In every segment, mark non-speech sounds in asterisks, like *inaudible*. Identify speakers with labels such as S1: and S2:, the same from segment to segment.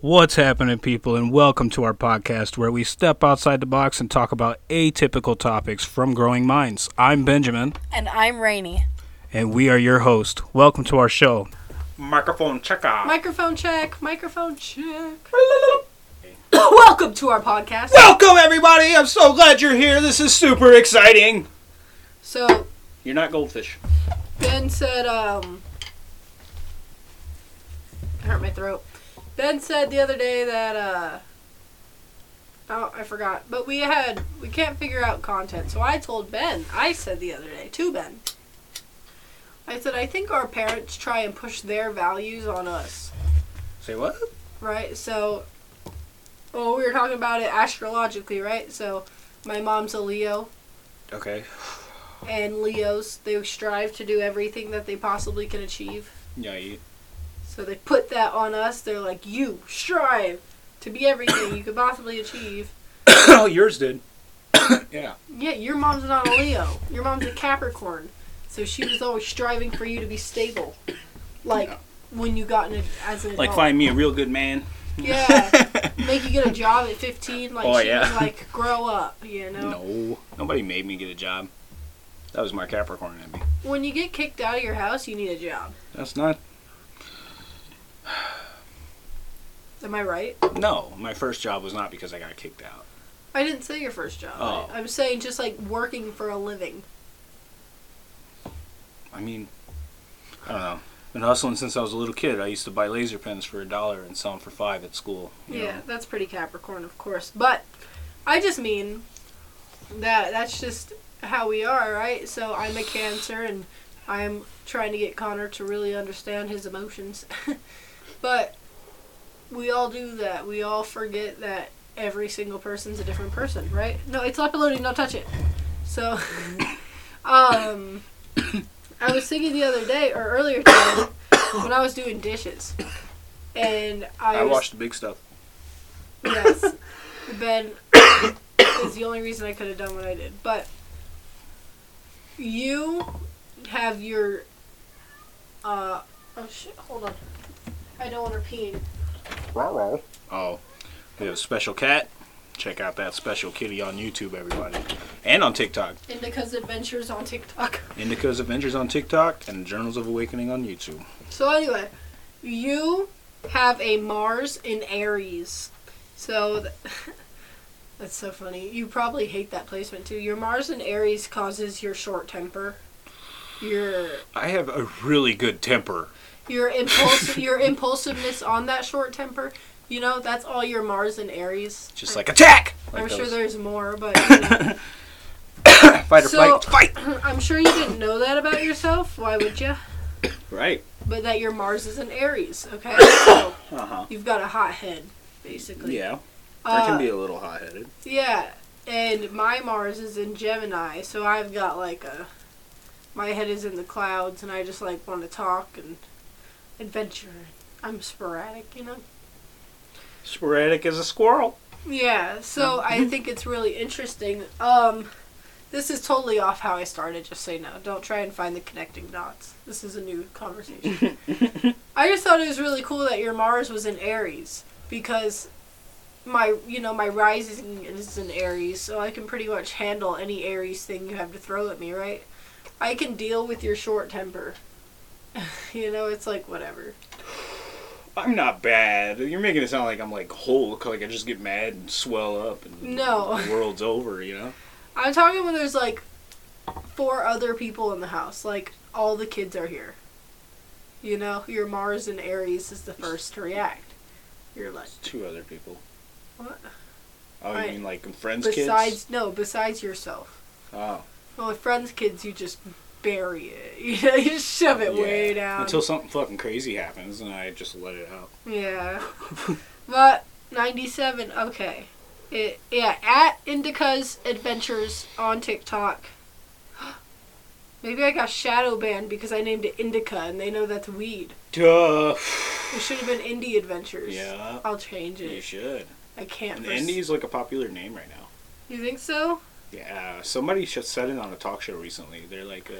S1: What's happening, people, and welcome to our podcast where we step outside the box and talk about atypical topics from growing minds. I'm Benjamin,
S2: And I'm Rainy.
S1: and we are your host. Welcome to our show.
S3: Microphone check out.
S4: Microphone check, microphone check. *coughs* Welcome to our podcast.
S3: Welcome, everybody. I'm so glad you're here. This is super exciting.
S4: So,
S3: You're not goldfish.
S4: Ben said, um. I hurt my throat. Ben said the other day that, uh. Oh, I forgot. But we had. We can't figure out content. So I told Ben. I said the other day to Ben. I said, I think our parents try and push their values on us.
S3: Say what?
S4: right? So, well, we were talking about it astrologically, right? So, my mom's a Leo,
S3: Okay.
S4: and Leos they strive to do everything that they possibly can achieve.
S3: Yeah, *laughs* you.
S4: So they put that on us. They're like, you strive to be everything you could possibly achieve.
S3: oh, yours did. yeah.
S4: Yeah, your mom's not a Leo. Your mom's a Capricorn, so she was always striving for you to be stable, like. When you got in a, as an
S3: Like,
S4: adult.
S3: find me a real good man. *laughs*
S4: yeah, make you get a job at fifteen, like
S3: Oh,
S4: she
S3: yeah.
S4: was like grow up, you know.
S3: No. Nobody made me get a job. That was my Capricorn in me.
S4: When you get kicked out of your house, you need a job.
S3: That's not.
S4: Am I right?
S3: No, my first job was not because I got kicked out.
S4: I didn't say your first job.
S3: Oh.
S4: I, am saying just like working for a living.
S3: I mean, I don't know. Been hustling since I was a little kid. I used to buy laser pens for a dollar and sell them for five at school. you
S4: Yeah,
S3: know?
S4: that's pretty Capricorn, of course. But I just mean that that's just how we are, right? So I'm a Cancer and I'm trying to get Connor to really understand his emotions. *laughs* but we all do that. We all forget that every single person's a different person, right? No, it's uploading. Don't touch it. So, *laughs* um, I was thinking the other day or earlier today *coughs* when I was doing dishes, and I,
S3: I
S4: was,
S3: watched the big stuff.
S4: Yes. Ben is the only reason I could have done what I did. But you have your uh oh shit, hold on. I don't want her peeing.
S3: Oh, we have a special cat. Check out that special kitty on YouTube, everybody, and on TikTok.
S4: Indica's adventures on TikTok. *laughs*
S3: Indica's Adventures on TikTok and Journals of Awakening on YouTube.
S4: So anyway, you have a Mars in Aries. So th- *laughs* that's so funny. You probably hate that placement too. Your Mars in Aries causes your short temper. Your
S3: I have a really good temper.
S4: your impulse your impulsiveness on that short temper. You know, that's all your Mars and Aries.
S3: Just like attack. Like
S4: I'm sure
S3: those
S4: there's more, but you know.
S3: *laughs* fight or
S4: So-
S3: flight. Fight.
S4: I'm sure you didn't know that about yourself. Why would you?
S3: Right.
S4: But that your Mars is in Aries,
S3: *coughs*
S4: okay? So
S3: Uh huh.
S4: you've got a hot head, basically.
S3: Yeah. I
S4: Uh,
S3: can be a little hot-headed.
S4: Yeah, and my Mars is in Gemini, so I've got like a. My head is in the clouds, and I just like want to talk and adventure. I'm sporadic, you know?
S3: Sporadic as a squirrel.
S4: Yeah, so I think it's really interesting. Um, this is totally off how I started, just say no. Don't try and find the connecting dots. This is a new conversation. I just thought it was really cool that your Mars was in Aries because my you know, my rising is in Aries, so I can pretty much handle any Aries thing you have to throw at me, right? I can deal with your short temper. *laughs* you know, it's like whatever.
S3: I'm not bad. You're making it sound like I'm like Hulk. Like I just get mad and swell up. And
S4: No.
S3: The world's over. You know.
S4: I'm talking when there's like four other people in the house. Like all the kids are here. You know, your Mars and Aries is the first to react. You're like
S3: Two other people.
S4: What?
S3: Oh,
S4: Right.
S3: you mean like friends'
S4: besides
S3: kids?
S4: no, besides yourself.
S3: Oh.
S4: Well, with friends' kids, you just bury it. *laughs* You know, you shove it way
S3: Yeah,
S4: down.
S3: Until something fucking crazy happens and I just let it out. *laughs*
S4: Yeah. but 97, okay. It, yeah, at Indica's Adventures on TikTok. *gasps* Maybe I got shadow banned because I named it Indica and they know that's weed.
S3: Duh.
S4: It should have been Indie Adventures.
S3: Yeah.
S4: I'll change
S3: You
S4: it.
S3: should.
S4: I can't.
S3: And
S4: pers-
S3: Indy's like a popular name right now.
S4: You think so?
S3: Yeah. Somebody just said it on a talk show recently. They're like, uh,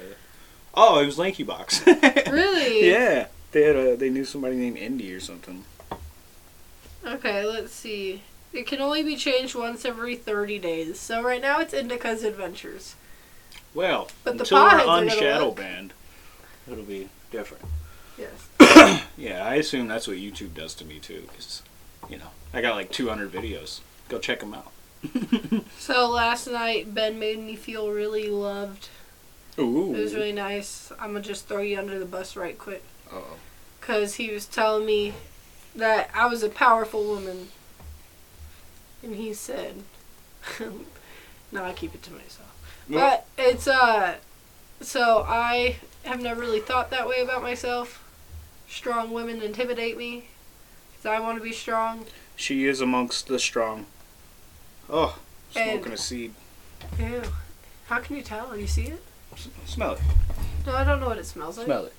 S3: oh, it was Lanky Box. *laughs*
S4: Really?
S3: yeah. They had a, they knew somebody named Indy or something.
S4: Okay, let's see. It can only be changed once every 30 days. So right now it's Indica's Adventures.
S3: Well,
S4: But the
S3: until we're
S4: potheads are gonna
S3: unshadow
S4: look.
S3: banned, it'll be different.
S4: Yes.
S3: Yeah, I assume that's what YouTube does to me too. Cause, you know, I got like 200 videos. Go check them out.
S4: So last night, Ben made me feel really loved.
S3: Ooh.
S4: It was really nice. I'm going to just throw you under the bus right quick.
S3: Uh-oh.
S4: Because he was telling me that I was a powerful woman. And he said, *laughs* no, I keep it to myself. But it's, uh, so I have never really thought that way about myself. Strong women intimidate me. Because I want to be strong.
S3: She is amongst the strong. Oh, smoking
S4: And-
S3: a seed.
S4: Ew. How can you tell? You see it?
S3: S- smell it.
S4: No, I don't know what it smells like.
S3: it.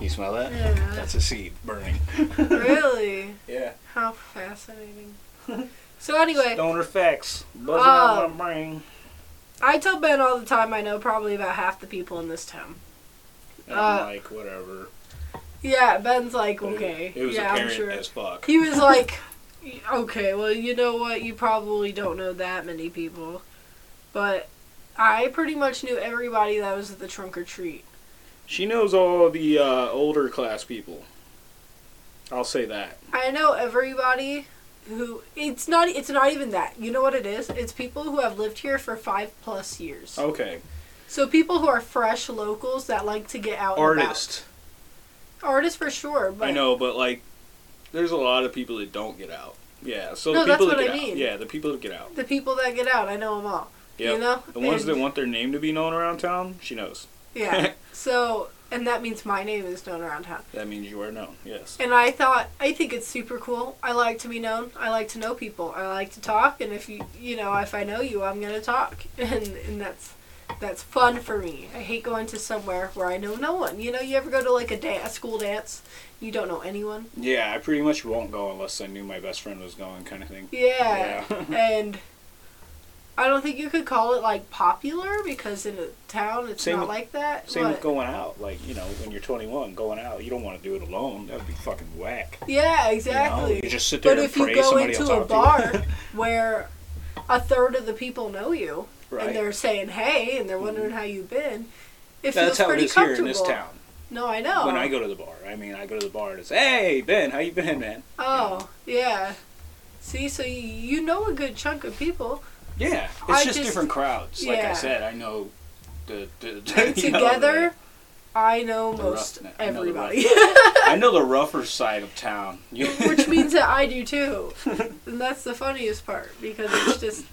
S3: You smell that?
S4: Yeah. *laughs*
S3: That's a seed burning.
S4: really?
S3: *laughs* Yeah.
S4: How fascinating. so anyway, Uh,
S3: Stoner facts buzzing out of my brain.
S4: I tell Ben all the time I know probably about half the people in this town.
S3: And I'm
S4: uh,
S3: like, whatever.
S4: Yeah, Ben's like,
S3: But it-
S4: okay.
S3: It was
S4: yeah, I'm
S3: apparent
S4: sure.
S3: as fuck.
S4: He was like, "Y- okay, well, you know what? You probably don't know that many people. But I pretty much knew everybody that was at the trunk or treat.
S3: She knows all the uh, older class people. I'll say that.
S4: I know everybody who it's not it's not even that. You know what it is? It's people who have lived here for 5 plus years.
S3: Okay.
S4: So people who are fresh locals that like to get out and about.
S3: Artist.
S4: Artists for sure, but
S3: I know, but like, there's a lot of people that don't get out. Yeah. So
S4: No,
S3: the
S4: that's
S3: people
S4: what
S3: that
S4: I
S3: get out.
S4: mean.
S3: Yeah, the people that get out.
S4: the people that get out, I know them all.
S3: Yeah.
S4: You know?
S3: The ones
S4: And-
S3: that want their name to be known around town, she knows. *laughs*
S4: Yeah. so, and that means my name is known around town.
S3: That means you are known. Yes.
S4: And I thought, I think it's super cool. I like to be known. I like to know people. I like to talk. And if you, you know, if I know you, I'm gonna talk. *laughs* And and that's that's fun for me. I hate going to somewhere where I know no one. You know, you ever go to like a, da- a school dance, you don't know anyone.
S3: Yeah, I pretty much won't go unless I knew my best friend was going, kind of thing.
S4: Yeah.
S3: Yeah. *laughs*
S4: and I don't think you could call it like popular because in a town it's
S3: Same
S4: not
S3: with-
S4: like that.
S3: Same with
S4: but-
S3: going out. Like, you know, when you're 21, going out, you don't want to do it alone. That would be fucking whack.
S4: yeah,
S3: You, know?
S4: exactly.
S3: You just sit there
S4: but
S3: and
S4: if
S3: pray
S4: you go
S3: somebody
S4: into
S3: will
S4: a
S3: talk to you.
S4: bar where a third of the people know you
S3: *laughs*
S4: and
S3: right.
S4: they're saying hey and they're wondering how you've been, it
S3: That's
S4: feels
S3: how it
S4: pretty
S3: is here
S4: comfortable.
S3: in this town.
S4: No, I know.
S3: When I go to the bar, I mean, I go to the bar and it's, hey, Ben, how you been, man?
S4: oh yeah. See, so you, you know a good chunk of people
S3: Yeah, it's
S4: I
S3: just,
S4: just-
S3: different crowds. Like I
S4: yeah.
S3: said, I know the, the, the *laughs* *laughs*
S4: And
S3: you know,
S4: together. I know
S3: The
S4: most
S3: rough- I know the rough-
S4: everybody.
S3: the- I know the rougher side of town.
S4: which means that I do too. And that's the funniest part because it's just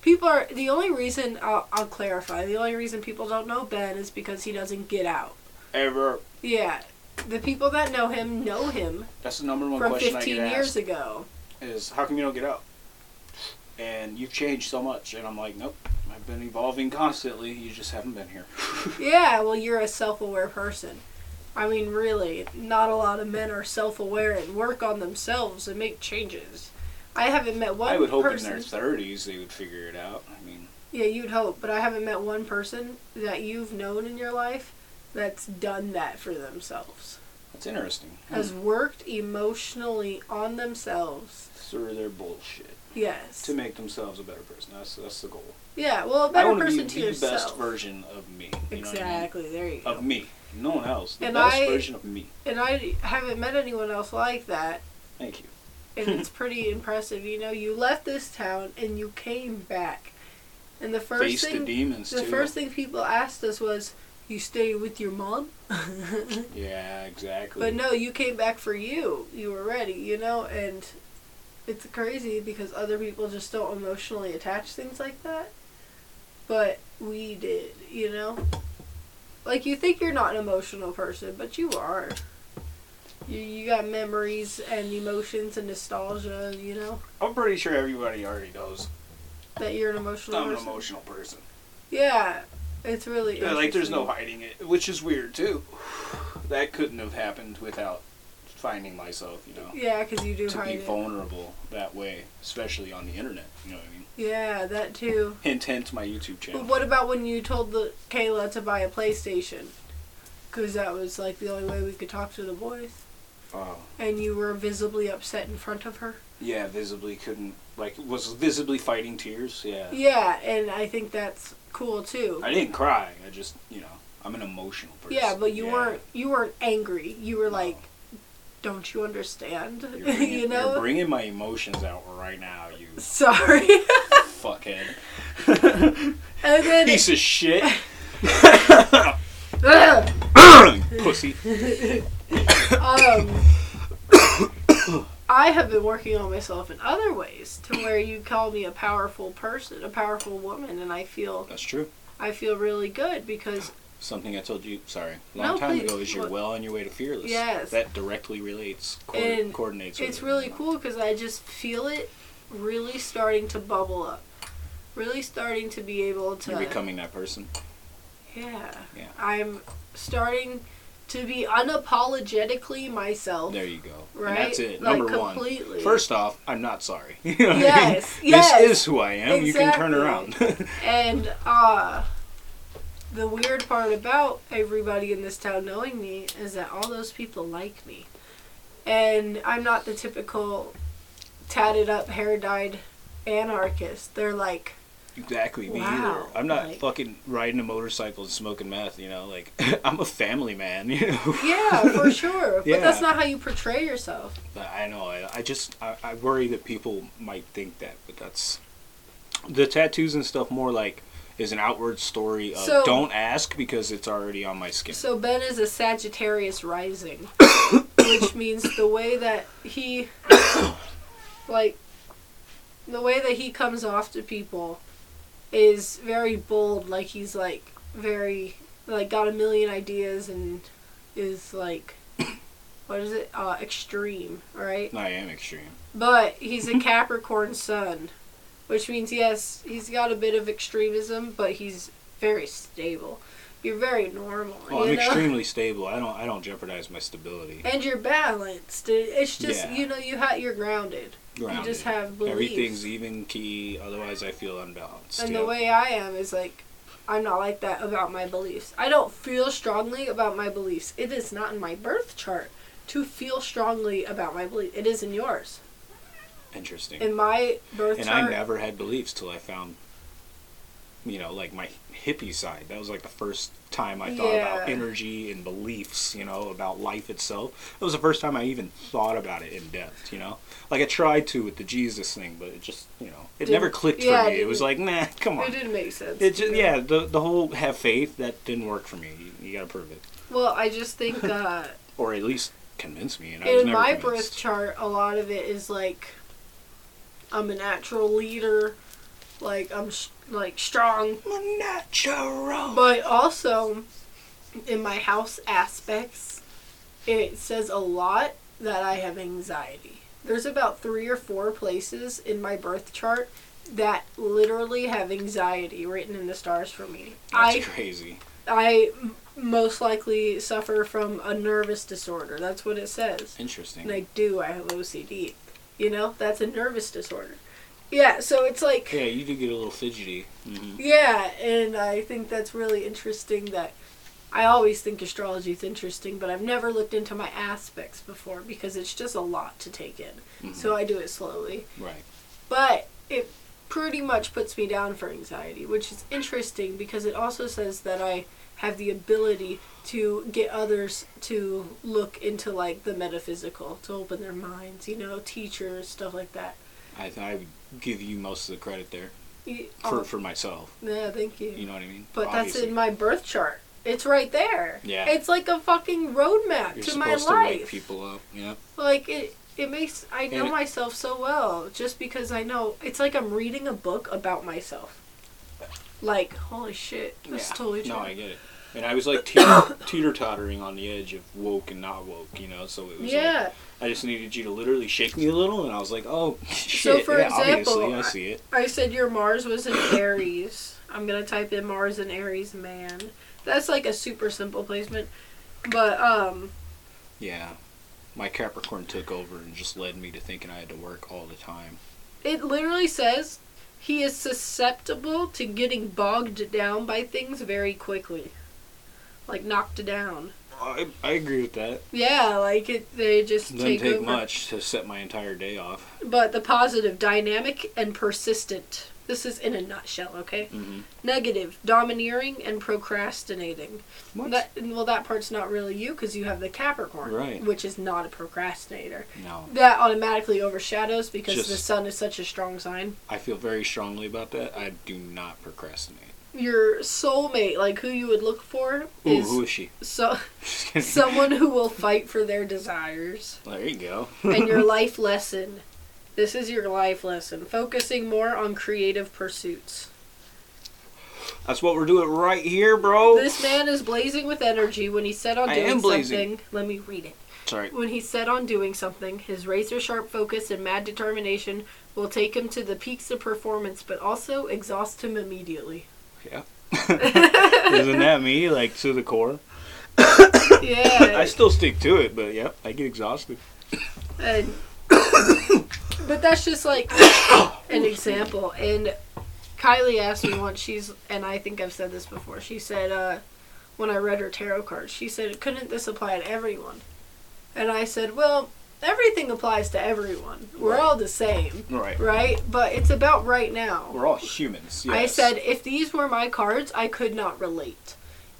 S4: people are the only reason I'll, I'll clarify the only reason people don't know Ben is because he doesn't get out.
S3: *laughs* ever.
S4: Yeah, the people that know him know him
S3: That's the number one
S4: from
S3: question I
S4: 15
S3: get
S4: years
S3: asked.
S4: ago.
S3: is how come you don't get out? And you've changed so much. And I'm like, nope, I've been evolving constantly. You just haven't been
S4: *laughs*
S3: here.
S4: Yeah, well, you're a self-aware person. I mean, really, not a lot of men are self-aware and work on themselves and make changes. I haven't met one
S3: I would hope
S4: person.
S3: in their 30s they would figure it out. I mean,
S4: Yeah, you'd hope, but I haven't met one person that you've known in your life that's done that for themselves.
S3: that's interesting.
S4: Has worked emotionally on themselves.
S3: Through their bullshit
S4: Yes.
S3: to make themselves a better person. That's that's the goal.
S4: yeah, well, a
S3: I
S4: better
S3: want to be
S4: person
S3: the
S4: to yourself.
S3: best version of me. You know what I mean?
S4: exactly. There you go.
S3: Of me. No one else. The
S4: And
S3: best
S4: I-
S3: version of me.
S4: And I haven't met anyone else like that,
S3: Thank you.
S4: and
S3: Hmm.
S4: it's pretty impressive. You know, you left this town and you came back, and the first
S3: Face the
S4: thing
S3: demons
S4: the
S3: too.
S4: first thing people asked us was, "You stay with your mom?" *laughs*
S3: Yeah, exactly.
S4: But no, you came back for you. You were ready, you know, and it's crazy because other people just don't emotionally attach things like that. But we did, you know? Like you think you're not an emotional person, but you are. You you got memories and emotions and nostalgia, you know,
S3: I'm pretty sure everybody already knows
S4: that you're an emotional
S3: I'm an
S4: person.
S3: emotional person.
S4: Yeah. It's really
S3: Yeah, like there's no
S4: interesting.
S3: hiding it, which is weird too. That couldn't have happened without finding myself, you know,
S4: Yeah, cuz you do
S3: to
S4: hide
S3: be
S4: it.
S3: vulnerable that way, especially on the internet. You know what I mean?
S4: Yeah, that too.
S3: Hint, hint, my YouTube channel.
S4: But what about when you told the Kayla to buy a PlayStation? Because that was like the only way we could talk to the boys.
S3: Um,
S4: and you were visibly upset in front of her.
S3: yeah, visibly couldn't like was visibly fighting tears. Yeah.
S4: Yeah, and I think that's cool too.
S3: I didn't cry. I just you know I'm an emotional person.
S4: Yeah, but you weren't you weren't angry. You were like, "Don't you understand?" *laughs*
S3: You're bringing,
S4: you
S3: you're
S4: know.
S3: bringing my emotions out right now, you
S4: Sorry. *laughs*
S3: fuckhead.
S4: and
S3: *laughs*
S4: then *coughs*
S3: Piece of
S4: *laughs*
S3: shit.
S4: Ugh.
S3: Pussy.
S4: um, *coughs* I have been working on myself in other ways to where you call me a powerful person, a powerful woman, and I feel
S3: That's true.
S4: I feel really good because
S3: Something I told you, sorry,
S4: No,
S3: long time
S4: please.
S3: ago is you're
S4: What?
S3: well on your way to fearless.
S4: Yes.
S3: That directly relates, co-
S4: And
S3: coordinates. with
S4: it's
S3: it.
S4: really cool because I just feel it really starting to bubble up, really starting to be able to.
S3: You're becoming that person.
S4: Yeah.
S3: Yeah.
S4: I'm starting to be unapologetically myself.
S3: There you go.
S4: Right?
S3: And that's it.
S4: Like,
S3: Number one.
S4: completely.
S3: First *laughs* off, I'm not sorry. *laughs* You know what I mean?
S4: Yes, yes.
S3: This is who I am. You can turn
S4: Exactly.
S3: around. *laughs*
S4: And uh the weird part about everybody in this town knowing me is that all those people like me. And I'm not the typical tatted up, hair dyed anarchist. They're like,
S3: exactly. Me
S4: Wow,
S3: either. I'm not
S4: like-
S3: fucking riding a motorcycle and smoking meth. You know, like *laughs* I'm a family man. *laughs* You know.
S4: yeah, for sure. But
S3: Yeah.
S4: that's not how you portray yourself.
S3: But I know. I, I just I, I worry that people might think that, but that's the tattoos and stuff more like is an outward story of
S4: So-
S3: don't ask because it's already on my skin.
S4: So Ben is a Sagittarius rising, which means the way that he, *coughs* like, the way that he comes off to people is very bold. Like he's like very like got a million ideas and is like, *coughs* what is it? Uh, extreme, right?
S3: I am extreme.
S4: But he's a Capricorn sun, which means yes, he's got a bit of extremism, but he's very stable. You're very normal.
S3: Well,
S4: you
S3: I'm
S4: know?
S3: extremely stable. I don't I don't jeopardize my stability.
S4: and you're balanced. It- It's just
S3: Yeah.
S4: you know you ha- you're grounded,
S3: Grounded.
S4: just have belief.
S3: Everything's even key. Otherwise, I feel unbalanced.
S4: and
S3: yeah.
S4: the way I am is like I'm not like that about my beliefs. I don't feel strongly about my beliefs. It is not in my birth chart to feel strongly about my belief. It is in yours.
S3: interesting.
S4: In my birth
S3: and
S4: chart,
S3: I never had beliefs till I found, you know, like my hippie side. That was like the first time I thought about
S4: Yeah.
S3: energy and beliefs, you know, about life itself. It was the first time I even thought about it in depth, you know. Like I tried to with the Jesus thing, but it just, you know, it
S4: Didn't-
S3: never clicked
S4: yeah,
S3: for
S4: it
S3: me. It was like, nah, *laughs* come
S4: it
S3: on.
S4: didn't make sense.
S3: It just, yeah, the, the whole have faith, that didn't work for me. You, you gotta prove it.
S4: Well, I just
S3: *laughs*
S4: think uh,
S3: Or at least convince me. And I was
S4: in
S3: never
S4: my
S3: convinced.
S4: birth chart, a lot of it is like I'm a natural leader, like I'm s like strong,
S3: I'm natural.
S4: But also, in my house aspects, it says a lot that I have anxiety. There's about three or four places in my birth chart that literally have anxiety written in the stars for me.
S3: That's
S4: I
S3: crazy.
S4: I m- most likely suffer from a nervous disorder. That's what it says.
S3: Interesting.
S4: And I do. I have OCD. You know, that's a nervous disorder. Yeah, so it's like
S3: yeah, you do get a little fidgety. hmm
S4: yeah, and I think that's really interesting that I always think astrology is interesting, but I've never looked into my aspects before because it's just a lot to take in. So I do it slowly.
S3: Right.
S4: But it pretty much puts me down for anxiety, which is interesting because it also says that I have the ability to get others to look into like the metaphysical, to open their minds, you know, teachers, stuff like that.
S3: I, th- I would give you most of the credit there
S4: You-
S3: for,
S4: oh,
S3: for myself.
S4: yeah, thank you.
S3: You know what I mean?
S4: But that's
S3: Obviously.
S4: in my birth chart. It's right there.
S3: Yeah.
S4: It's like a fucking roadmap
S3: You're
S4: to my
S3: supposed to wake
S4: life.
S3: people up. You know?
S4: like it it makes I know
S3: it-
S4: myself so well just because I know it's like I'm reading a book about myself. Like, holy shit. That's totally true.
S3: No, I get it. And I was like teeter, *coughs* teeter tottering on the edge of woke and not woke. You know, so it was.
S4: yeah.
S3: Like, I just needed you to literally shake me a little, and I was like, oh shit.
S4: for
S3: yeah,
S4: example,
S3: obviously, I see it.
S4: I said your Mars was in *coughs* Aries. I'm gonna type in Mars and Aries man. That's like a super simple placement. But um
S3: Yeah. My Capricorn took over and just led me to thinking I had to work all the time.
S4: It literally says he is susceptible to getting bogged down by things very quickly. Like knocked down.
S3: I, I agree with that.
S4: Yeah, like it, they just
S3: Doesn't
S4: take,
S3: take
S4: over.
S3: much to set my entire day off.
S4: But the positive, dynamic and persistent. This is in a nutshell, okay?
S3: Mhm.
S4: Negative, domineering and procrastinating.
S3: What?
S4: That, well, that part's not really you because you have the Capricorn,
S3: Right.
S4: which is not a procrastinator.
S3: no,
S4: That automatically overshadows because
S3: Just-
S4: the sun is such a strong sign.
S3: I feel very strongly about that. I do not procrastinate.
S4: Your soulmate, like who you would look for,
S3: Ooh,
S4: is
S3: who is she?
S4: so
S3: *laughs*
S4: *laughs*
S3: Just kidding.
S4: someone who will fight for their desires.
S3: there you go.
S4: and
S3: *laughs*
S4: your life lesson. This is your life lesson. Focusing more on creative pursuits.
S3: That's what we're doing right here, bro.
S4: This man is blazing with energy when he set on
S3: Oh. I
S4: doing
S3: am blazing.
S4: something. Let me read it. *laughs*
S3: Sorry. *laughs*
S4: When he set on doing something, his razor sharp focus and mad determination will take him to the peaks of performance, but also exhaust
S3: *laughs*
S4: him immediately.
S3: Yeah. Isn't that me? Like to the core. I
S4: Yeah.
S3: still stick to it, but yeah, I get exhausted.
S4: and, but that's just like an example. And Kylie asked me once, she's, and I think I've said this before, she said, uh, when I read her tarot cards, she said, couldn't this apply to everyone? And I said, well, everything applies to everyone. We're all the same,
S3: Right.
S4: right? But it's about right now.
S3: We're all humans. Yes.
S4: I said, if these were my cards, I could not relate.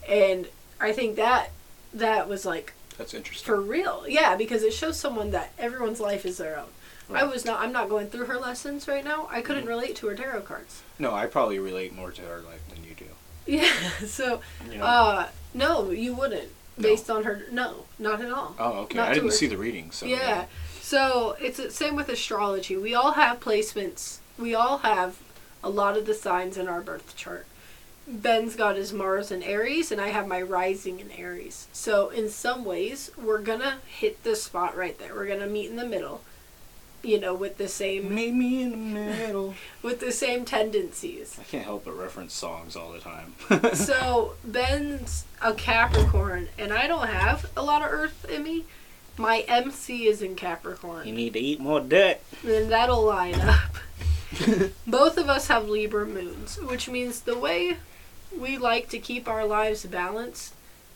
S4: And I think that that was like
S3: that's interesting.
S4: for real. Yeah, because it shows someone that everyone's life is their own. I
S3: Right. Mm-hmm.
S4: was not I'm not going through her lessons right now. I couldn't relate to her tarot cards. *laughs*
S3: No, I probably relate more to her life than you do.
S4: Yeah. So
S3: You know?
S4: uh no, you wouldn't
S3: No.
S4: based on her no, not at all.
S3: oh, okay.
S4: not
S3: I
S4: to
S3: didn't
S4: her-
S3: see the reading, so
S4: yeah. So it's the same with astrology. We all have placements. We all have a lot of the signs in our birth chart. Ben's got his Mars in Aries, and I have my rising in Aries. So in some ways, we're gonna hit this spot right there. We're gonna meet in the middle. You know, with the same
S3: Meet me in the middle.
S4: with the same tendencies.
S3: I can't help but reference songs all the time. *laughs*
S4: so Ben's a Capricorn, and I don't have a lot of Earth in me. My MC is in Capricorn.
S3: need to eat more dirt.
S4: then that'll line up. Both of us have Libra moons, which means the way we like to keep our lives balanced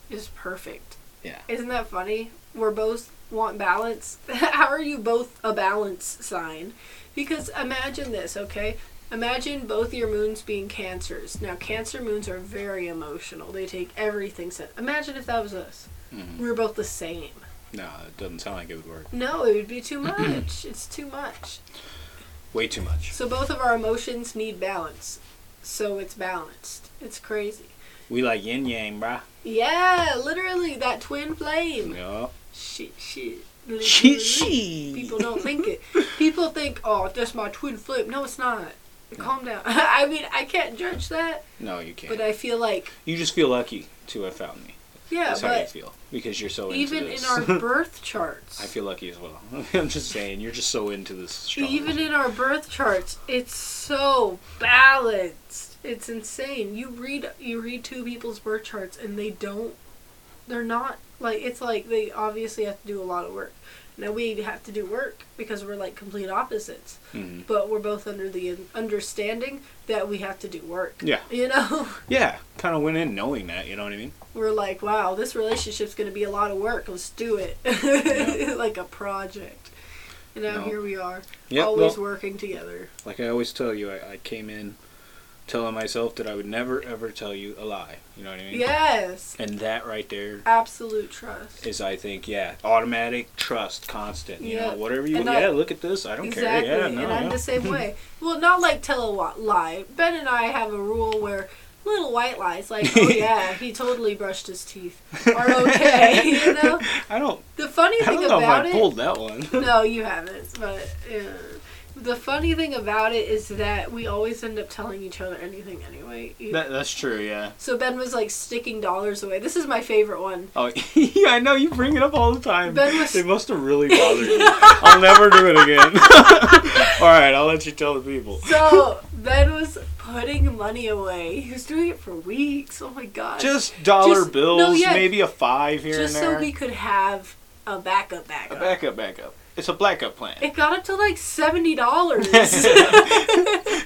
S4: is perfect.
S3: Yeah.
S4: Isn't that funny? We're both want balance. *laughs* How are you both a balance sign? Because imagine this, okay? Imagine both your moons being cancers. Now, cancer moons are very emotional. They take everything. sen- Imagine if that was us.
S3: Mhm.
S4: We were both the same.
S3: No, it doesn't sound like it would work.
S4: No, it would be too much. it's too much.
S3: Way too much.
S4: So both of our emotions need balance. So it's balanced. It's crazy.
S3: We like yin yang, bruh.
S4: Yeah, literally that twin flame.
S3: No.
S4: Shit, shit. Literally.
S3: She, she.
S4: People don't think it. People think, oh, that's my twin flame. No, it's not. Calm down. *laughs* I mean, I can't judge that,
S3: No, you can't.
S4: but I feel like,
S3: you just feel lucky to have found me.
S4: yeah,
S3: That's how you
S4: but
S3: feel because you're so into
S4: even in
S3: this. *laughs*
S4: our birth charts,
S3: I feel lucky as well. *laughs* I'm just saying, you're just so into this. astrology.
S4: even in our birth charts it's so balanced it's insane you read you read two people's birth charts and they don't they're not like it's like they obviously have to do a lot of work now we have to do work because we're like complete opposites
S3: Mhm.
S4: but we're both under the un- understanding that we have to do work
S3: Yeah.
S4: you know *laughs*
S3: yeah, kind of went in knowing that. You know what I mean?
S4: we're like wow this relationship's going to be a lot of work let's do it
S3: Yeah.
S4: *laughs* like a project and now
S3: No.
S4: here we are
S3: Yeah.
S4: always
S3: well,
S4: working together
S3: like I always tell you, I, I came in telling myself that I would never ever tell you a lie. You know what I mean?
S4: yes
S3: And that right there
S4: absolute trust.
S3: is, I think, yeah, automatic trust, constant. You
S4: Yeah.
S3: know, whatever you.
S4: And I-
S3: yeah, look at this. I don't
S4: Exactly,
S3: care. Yeah, no.
S4: and I'm
S3: yeah.
S4: the
S3: *laughs*
S4: same way. Well, not like tell a wa- lie. Ben and I have a rule where little white lies, like,
S3: *laughs*
S4: oh yeah, he totally brushed his teeth, are
S3: *laughs*
S4: okay. you know,
S3: I don't.
S4: the funny
S3: I
S4: thing
S3: don't know if
S4: about
S3: I
S4: it.
S3: pulled that one.
S4: *laughs* No, you haven't. But yeah. the funny thing about it is that we always end up telling each other anything anyway. You-
S3: that, that's true. Yeah.
S4: so Ben was like sticking dollars away. This is my favorite one.
S3: Oh, *laughs* yeah, I know you bring it up all the time.
S4: Ben was-
S3: They must have really bothered you. I'll never do it again. *laughs* all right, I'll let you tell the people. *laughs*
S4: So Ben was putting money away. He was doing it for weeks. Oh my god.
S3: Just dollar
S4: Just- no,
S3: bills,
S4: yeah.
S3: maybe a five here
S4: just
S3: and there.
S4: so we could have a backup backup.
S3: Back up, back up. It's a backup plan.
S4: It got up to like seventy
S3: *laughs*
S4: dollars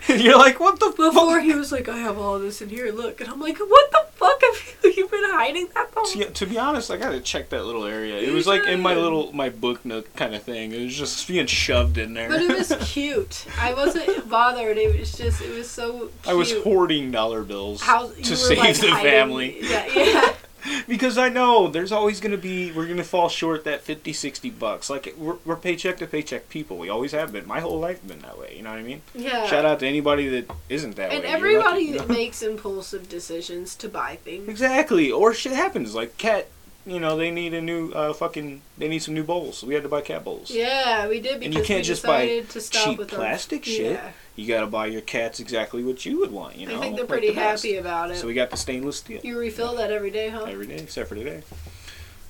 S3: You're like, what the
S4: before
S3: fuck?
S4: he was like, "I have all this in here. Look," and I'm like, "What the fuck have *laughs* you been hiding that phone?"
S3: *laughs* Yeah, to be honest, I gotta check that little area. It
S4: You
S3: was like in my
S4: should.
S3: little my book nook kind of thing. It was just being shoved in there.
S4: But it was cute.
S3: *laughs*
S4: I wasn't bothered. It was just, it was so. Cute.
S3: I was hoarding dollar bills
S4: How you
S3: to
S4: were,
S3: save
S4: like,
S3: the
S4: hiding-
S3: family
S4: Yeah,
S3: *laughs*
S4: yeah.
S3: because I know there's always gonna be we're gonna fall short that 50, 60 bucks. Like we're, we're paycheck to paycheck people. We always have been. My whole life been that way. You know what I mean?
S4: yeah.
S3: Shout out to anybody that isn't that
S4: Uh, And
S3: way. You're
S4: everybody
S3: *laughs* lucky, you know?
S4: makes impulsive decisions to buy things.
S3: Exactly. Or shit happens. Like cat, you know, they need a new uh, fucking. They need some new bowls. We had to buy cat bowls.
S4: Yeah, we did because
S3: And you can't
S4: we
S3: just buy
S4: decided to stop
S3: cheap
S4: with our-
S3: plastic shit.
S4: Yeah.
S3: You gotta buy your cats exactly what you would want. You know.
S4: I think they're
S3: like
S4: pretty
S3: the best.
S4: happy about it.
S3: So we got the stainless steel
S4: you refill that every day, huh?
S3: every day except for today.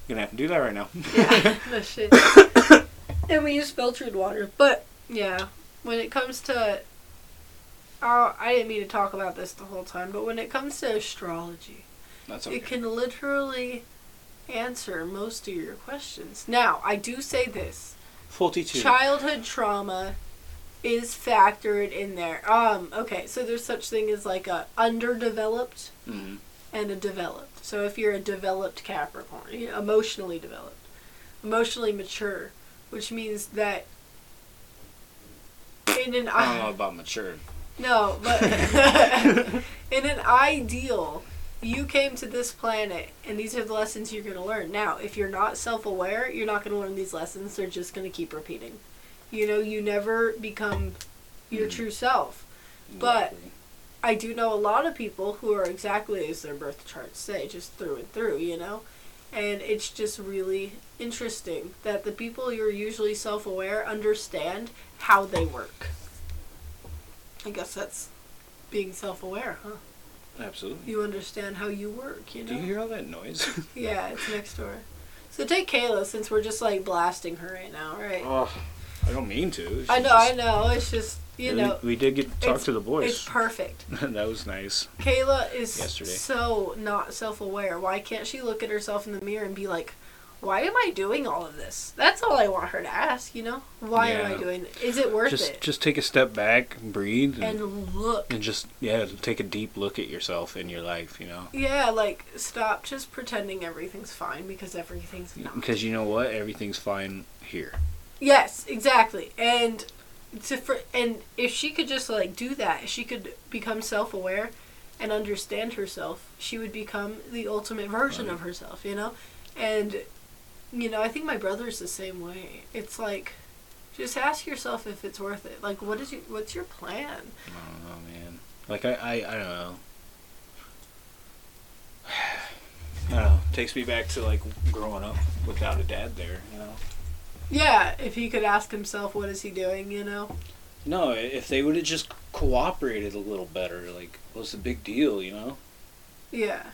S3: Gonna have to do that right now. *laughs*
S4: *laughs* No shit. *coughs* and we use filtered water. But yeah, when it comes to, oh, I didn't mean to talk about this the whole time. But when it comes to astrology,
S3: That's okay.
S4: it can literally answer most of your questions. Now, I do say this:
S3: Forty-two.
S4: childhood trauma is factored in there. Um, okay, so there's such thing as like a underdeveloped
S3: Mhm.
S4: and a developed. So if you're a developed Capricorn, you know, emotionally developed, emotionally mature, which means that in an
S3: I don't know
S4: i-
S3: about mature.
S4: no,
S3: *laughs*
S4: but *laughs* in an ideal, you came to this planet and these are the lessons you're going to learn. Now, if you're not self-aware, you're not going to learn these lessons. They're just going to keep repeating. You know, you never become your true self. But- I do know a lot of people who are exactly as their birth charts say, just through and through, you know? And it's just really interesting that the people you're usually self aware understand how they work. I guess that's being self aware, huh?
S3: absolutely.
S4: You understand how you work, you know?
S3: Do you hear all that noise?
S4: *laughs* Yeah, it's next door. So take Kayla since we're just like blasting her right now, right?
S3: oh, I don't mean to. It's
S4: I know,
S3: just-
S4: I know. It's just, you
S3: we,
S4: know,
S3: we did get to talk
S4: it's-
S3: to the
S4: it's
S3: boys.
S4: perfect.
S3: *laughs* that was nice.
S4: Kayla is
S3: Yesterday.
S4: so not self aware. Why can't she look at herself in the mirror and be like, why am I doing all of this? That's all I want her to ask, you know? Why am I
S3: Yeah.
S4: doing this? Is it worth
S3: just
S4: it?
S3: just take a step back and breathe and, and,
S4: and look.
S3: just yeah take a deep look at yourself and your life you know
S4: Yeah, like, stop just pretending everything's fine because everything's not.
S3: because you know what everything's fine here
S4: Yes, exactly. And to for, and if she could just like do that, she could become self-aware and understand herself. She would become the ultimate version of herself, you know? And you know, I think my brother's the same way. It's like just ask yourself if it's worth it. Like what is your what's your plan?
S3: i don't know man like i i, I don't know *sighs* I don't know. Takes me back to like growing up without a dad there, you know.
S4: Yeah, if he could ask himself what is he doing, you know?
S3: No, if they would have just cooperated a little better, like what's the big deal, you know?
S4: Yeah.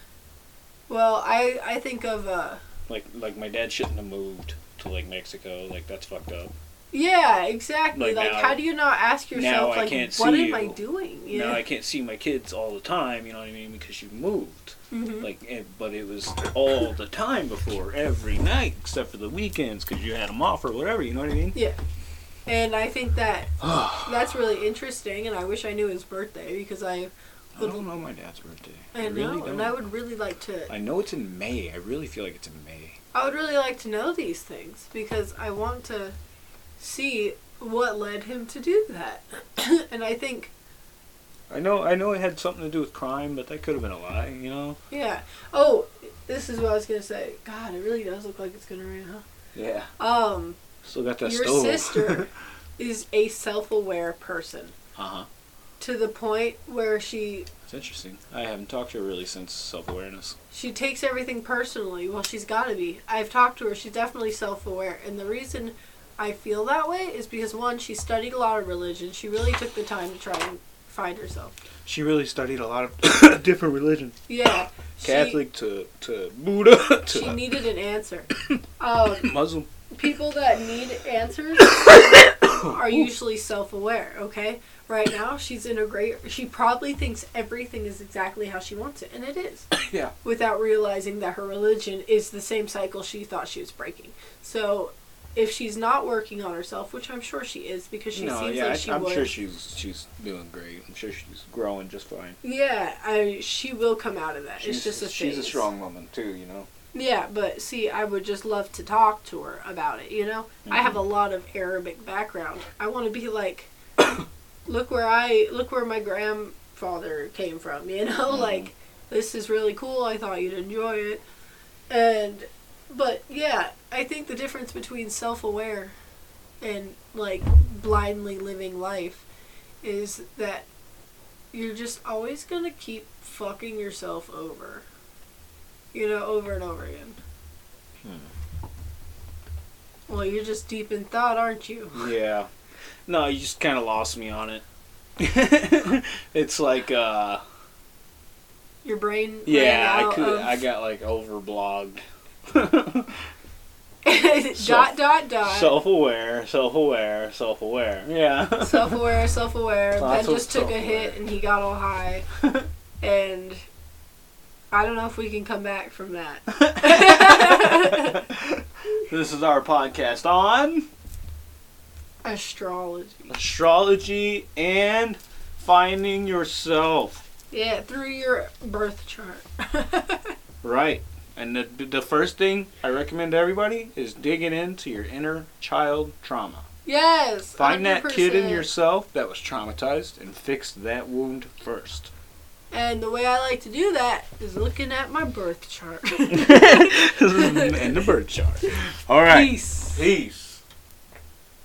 S4: Well, I I think of uh
S3: Like like my dad shouldn't have moved to like Mexico, like that's fucked up.
S4: yeah, exactly.
S3: Like
S4: Like,
S3: now-
S4: how do you not ask
S3: now
S4: yourself
S3: I
S4: like
S3: can't
S4: what
S3: see
S4: am I
S3: you.
S4: doing? You
S3: Now
S4: know?
S3: I can't see my kids all the time, you know what I mean, because you moved.
S4: Mhm.
S3: Like, eh, but it was all the time before, every night except for the weekends, because you had them off or whatever. You know what I *sighs* mean?
S4: Yeah. *laughs* And I think that that's really interesting, and I wish I knew his birthday because I,
S3: I don't know my dad's birthday.
S4: I
S3: really
S4: know,
S3: don't.
S4: and I would really like to.
S3: I know it's in May. I really feel like it's in May.
S4: I would really like to know these things because I want to see what led him to do that, *coughs* and I think
S3: I know. I know it had something to do with crime, but that could have been a lie. You know?
S4: yeah. Oh, this is what I was gonna say. God, it really does look like it's gonna rain, huh?
S3: Yeah.
S4: Um,
S3: Still got that
S4: your
S3: stove. *laughs*
S4: sister is a self-aware person
S3: uh huh.
S4: to the point where she
S3: It's interesting. I haven't talked to her really since self awareness.
S4: She takes everything personally. Well, she's got to be. I've talked to her. She's definitely self aware. And the reason I feel that way is because, one, she studied a lot of religion. She really took the time to try and find herself.
S3: She really studied a lot of *coughs* different religions,
S4: Yeah. she-
S3: Catholic to to Buddha *laughs* to
S4: She, needed an answer. *coughs* Um,
S3: Muslim.
S4: people that need
S3: *coughs*
S4: answers are usually self aware, okay? Right now, she's in a great. She probably thinks everything is exactly how she wants it, and it is.
S3: *coughs* Yeah.
S4: without realizing that her religion is the same cycle she thought she was breaking. So if she's not working on herself, which I'm sure she is because she
S3: no,
S4: seems
S3: yeah,
S4: like she
S3: I, I'm
S4: would.
S3: sure she's she's doing great. I'm sure she's growing just fine.
S4: yeah, I she will come out of that.
S3: She's,
S4: it's just a
S3: she's a
S4: phase.
S3: strong woman too, you know.
S4: Yeah, but see, I would just love to talk to her about it, you know? I have a lot of Arabic background. I want to be like *coughs* look where I look where my grandfather came from, you *laughs* know?
S3: Mhm.
S4: Like this is really cool. I thought you'd enjoy it. And but yeah, I think the difference between self-aware and like blindly living life is that you're just always going to keep fucking yourself over. You know, over and over again.
S3: Hmm.
S4: Well, you're just deep in thought, aren't you?
S3: Yeah. No, you just kind of lost me on it. *laughs* it's like uh
S4: Your brain.
S3: yeah,
S4: ran
S3: I
S4: out
S3: could
S4: of-
S3: I got like overblogged.
S4: *laughs* dot dot dot.
S3: self-aware, self-aware, self-aware. Yeah.
S4: self-aware, self-aware. Ben
S3: Lots of
S4: just took a hit
S3: self-aware.
S4: and he got all high. and I don't know if we can come back from that.
S3: *laughs* this is our podcast on
S4: Astrology.
S3: astrology and finding yourself.
S4: Yeah, through your birth chart. *laughs*
S3: Right. And the, the first thing I recommend to everybody is digging into your inner child trauma.
S4: yes.
S3: Find that kid in
S4: 100%.
S3: yourself that was traumatized and fix that wound first. *laughs*
S4: And the way I like to do that is looking at my birth chart.
S3: and the bird chart. All right.
S4: Peace.
S3: Peace.